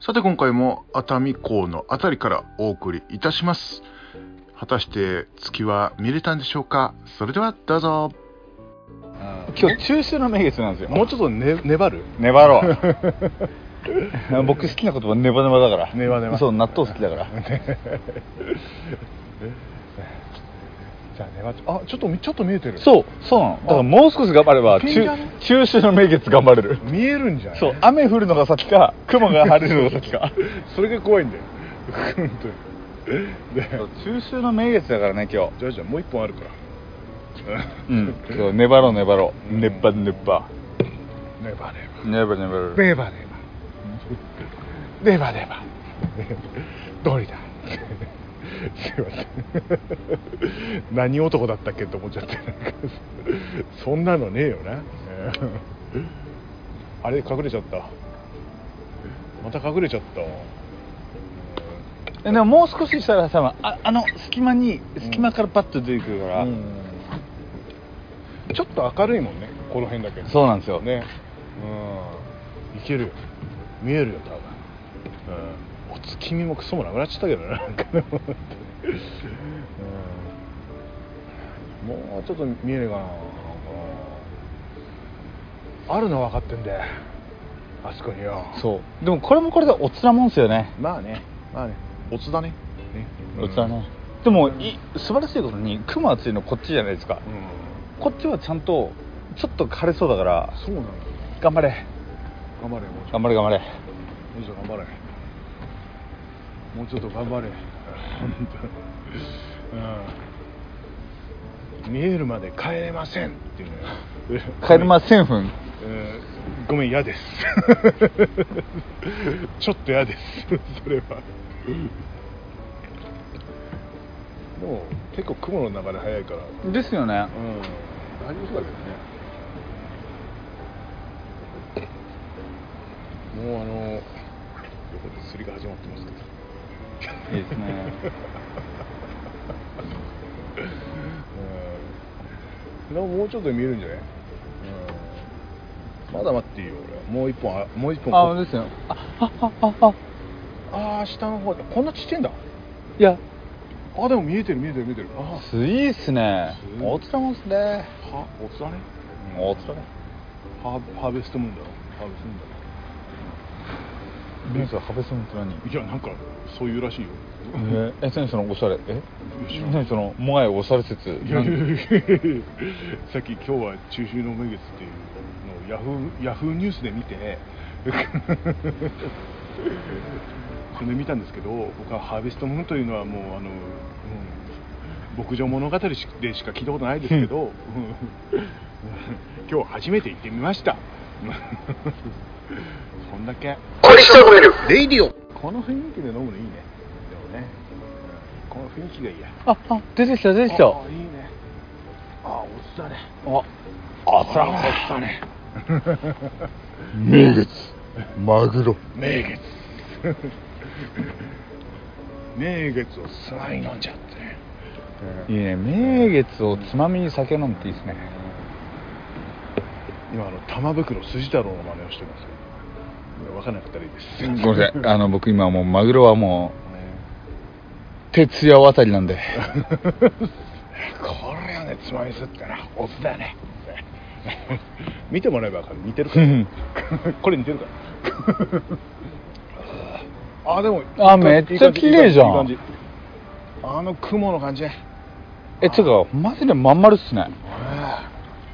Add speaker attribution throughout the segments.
Speaker 1: さて今回も熱海港のあたりからお送りいたします果たして月は見れたんでしょうかそれではどうぞ
Speaker 2: 今日中秋の名月なんですよ
Speaker 3: もうちょっと、ね、粘る
Speaker 2: 粘 ろう僕好きな言葉ネバネバだから
Speaker 3: ネバネバ
Speaker 2: そう納豆好きだから
Speaker 3: じゃあ粘っちゃうあちょっとみちょっと見えてる
Speaker 2: そうそうなのだからもう少し頑張れば
Speaker 3: ピンじ
Speaker 2: 中
Speaker 3: ゃね
Speaker 2: 中秋の名月頑張れる
Speaker 3: 見えるんじゃない
Speaker 2: そう雨降るのが先 か雲が晴れるのが先か
Speaker 3: それが怖いんだよ本当にで
Speaker 2: 中秋の名月だからね今日
Speaker 3: じゃあじゃあもう一本あるから
Speaker 2: うん今日粘ろう粘ろうネッバネッバ
Speaker 3: ネバネ
Speaker 2: ネバネバ
Speaker 3: バネバネバネバネバどりだすいません何男だったっけと思っちゃってなんかそんなのねえよなあれ隠れちゃったまた隠れちゃった
Speaker 2: えでももう少ししたらさああの隙間に隙間からパッと出てくるから、
Speaker 3: ちょっと明るいもんねこの辺だけ
Speaker 2: そうなんですよ
Speaker 3: ねうんいけるよ見えるよ多分、うん、お月見もクソもなくなっちゃったけどななんかね本当にうんもうちょっと見えねえかななんかあるのは分かってんであそこによ
Speaker 2: そうでもこれもこれでおつなもんですよね
Speaker 3: まあねまあねおつだねね
Speaker 2: おつなね、でもい素晴らしいことに雲厚いのこっちじゃないですか、
Speaker 3: う
Speaker 2: こっちはちゃんとちょっと枯れそうだから
Speaker 3: んそうなんだよ
Speaker 2: 頑張れ
Speaker 3: 頑張れもうちょっと
Speaker 2: 頑張れ頑張れ
Speaker 3: もうちょっと頑張れもうちょっと頑張れ本当にうん見えるまで帰れませんっていうのよ
Speaker 2: 帰りま1000分
Speaker 3: えーごめん嫌です ちょっと嫌ですそれはでも結構雲の流れ早いから
Speaker 2: ですよね
Speaker 3: うん大丈夫そうだけどねもうあの横で釣りが始まってますけど
Speaker 2: いいですね
Speaker 3: うんでももうちょっと見えるんじゃない、うん、まだ待っていいよ俺はもう一本あもう一本
Speaker 2: あですよあああああ
Speaker 3: ああ下の方だこんなちっちゃいんだ
Speaker 2: いや
Speaker 3: あでも見えてる見えてる見えてるあ
Speaker 2: すいいっすね
Speaker 3: すごい
Speaker 2: おつなもんっすね
Speaker 3: はおつだね
Speaker 2: おつなね
Speaker 3: ハーハーベストムーンだろハーベストムーンだろ
Speaker 2: ビーズはハベソンって何
Speaker 3: いやなんかそういうらしいよ
Speaker 2: ええ何そのおしゃれえ
Speaker 3: いや
Speaker 2: 何そのもがいおしゃれ説
Speaker 3: いや い
Speaker 2: な
Speaker 3: やい
Speaker 2: ん
Speaker 3: やいやさっき今日は中秋の名月っていうのをヤフーヤフーニュースで見て それで見たんですけど僕はハーベストムーンというのはもうあの、うん、牧場物語しでしか聞いたことないですけど、うん 今日初めて行ってみました そんだけこの雰囲気で飲むのいいねでもねうんこの雰囲気がいいや
Speaker 2: ああ出てきた出てきた
Speaker 3: ああいいねああおつだね
Speaker 2: ああつ
Speaker 3: あおつだね
Speaker 2: 名月マグロ
Speaker 3: 名月名月をすまい飲んじゃってね
Speaker 2: いいね名月をつまみに酒飲むっていいですね
Speaker 3: 今あの玉袋筋太郎の真似をしてますけど分からなかったらいいで す
Speaker 2: ごめんなさいあの僕今もうマグロはもう徹夜渡りなんで
Speaker 3: これはねつまみすってなオスだね見てもらえば分かる似てるか
Speaker 2: うん
Speaker 3: らこれ似てるからあーでも
Speaker 2: あめっちゃ綺麗じゃん
Speaker 3: いい感いい感じあの雲の感じ
Speaker 2: えつうかマジでまん丸っすね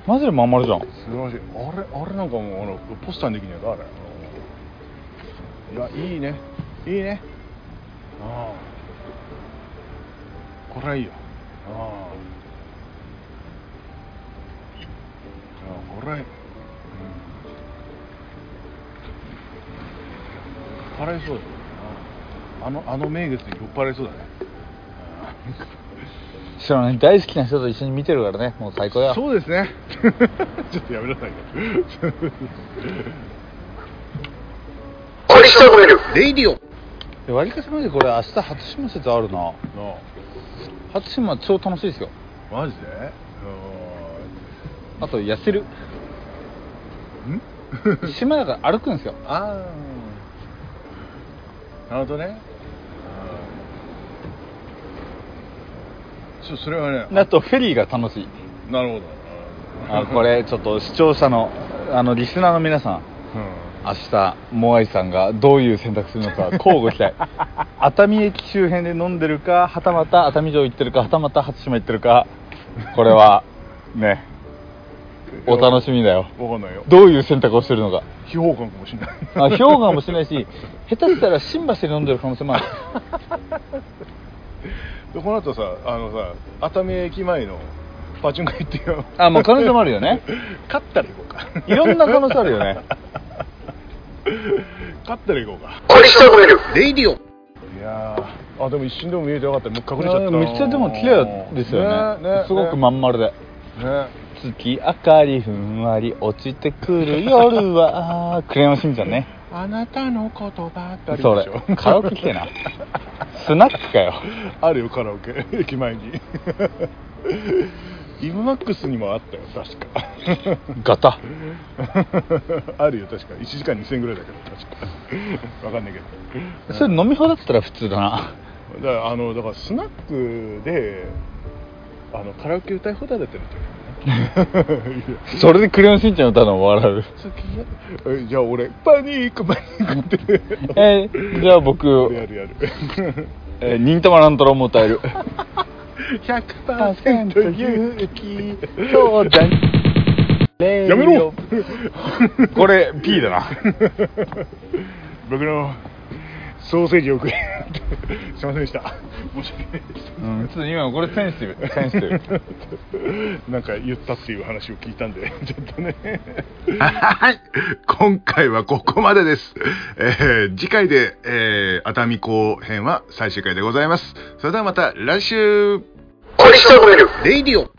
Speaker 2: マジでまん丸じゃん
Speaker 3: 素晴らしいあれあれなんかもうあのポスターにできないかあれあのいやいいねいいねああこれはいいよああああこれうん酔っ払いそうだよあああのあの名月に酔っ払いそうだね
Speaker 2: 知らない大好きな人と一緒に見てるからねもう最高や
Speaker 3: そうで すね ちょっとやめなさいね
Speaker 2: で割りかしまでこれ明日初島説あるな
Speaker 3: なあ
Speaker 2: 初島超楽しいですよ
Speaker 3: マジで
Speaker 2: あと痩 せる
Speaker 3: うん
Speaker 2: 島だから歩くんですよ
Speaker 3: ああ
Speaker 2: なるほどね
Speaker 3: ちょそれはね
Speaker 2: あとフェリーが楽しい
Speaker 3: なるほど
Speaker 2: あこれちょっと視聴者のあのリスナーの皆さん
Speaker 3: うん
Speaker 2: 明日モアイさんがどういう選択するのか交互期 待熱海駅周辺で飲んでるかはたまた熱海城行ってるかはたまた初島行ってるかこれはねお楽しみだよ
Speaker 3: わかんないよ
Speaker 2: どういう選択をしてるのか
Speaker 3: 非評価かもしれない
Speaker 2: あ氷河もしないし下手したら新橋で飲んでる可能性もある
Speaker 3: でこの後さあのさ熱海駅前のパチンコ行ってよ
Speaker 2: あまあ可能性もあるよね
Speaker 3: 勝ったら行こうか
Speaker 2: いろんな可能性あるよね
Speaker 3: 勝ったら行こうか
Speaker 1: クリスタルレレディオ
Speaker 3: いやーあでも一瞬でも見えてよかったもう隠れちゃっ
Speaker 2: い
Speaker 3: た
Speaker 2: やめっちゃでも綺麗ですよねすごくまん丸で
Speaker 3: ね
Speaker 2: 月明かりふんわり落ちてくる夜は クレヨンしんちゃんね
Speaker 3: あなたの言葉ってあるでし
Speaker 2: そ
Speaker 3: ょ
Speaker 2: れカラオケ来てなスナックかよ
Speaker 3: あるよカラオケ 駅前にイブマックスにもあったよ確か
Speaker 2: ガタ
Speaker 3: あるよ確か1時間2000円ぐらいだけど確かわかんないけど
Speaker 2: それ飲み放題だったら普通だな
Speaker 3: だからあのだからスナックであのカラオケ歌い放題だったみたいなね いや
Speaker 2: それでクレヨンしんちゃん歌うの笑う
Speaker 3: 好きやえじゃあ俺パニックパニックって
Speaker 2: えーじゃあ僕
Speaker 3: やるやる
Speaker 2: 「えー忍たま乱太郎」も歌える
Speaker 3: 100%勇気
Speaker 2: そうだ
Speaker 3: やめろ
Speaker 2: これ P だな
Speaker 3: 僕のソーセージを食えすいませんでした申し訳ないでし
Speaker 2: うんちょっと今これセンシティブセンシティブ
Speaker 3: た なんか言ったっていう話を聞いたんで ちょっとね
Speaker 1: はい。今回はここまでです。えー次回で、えー熱海港編は最終回でございます。それではまた来週。クリスタルレディオ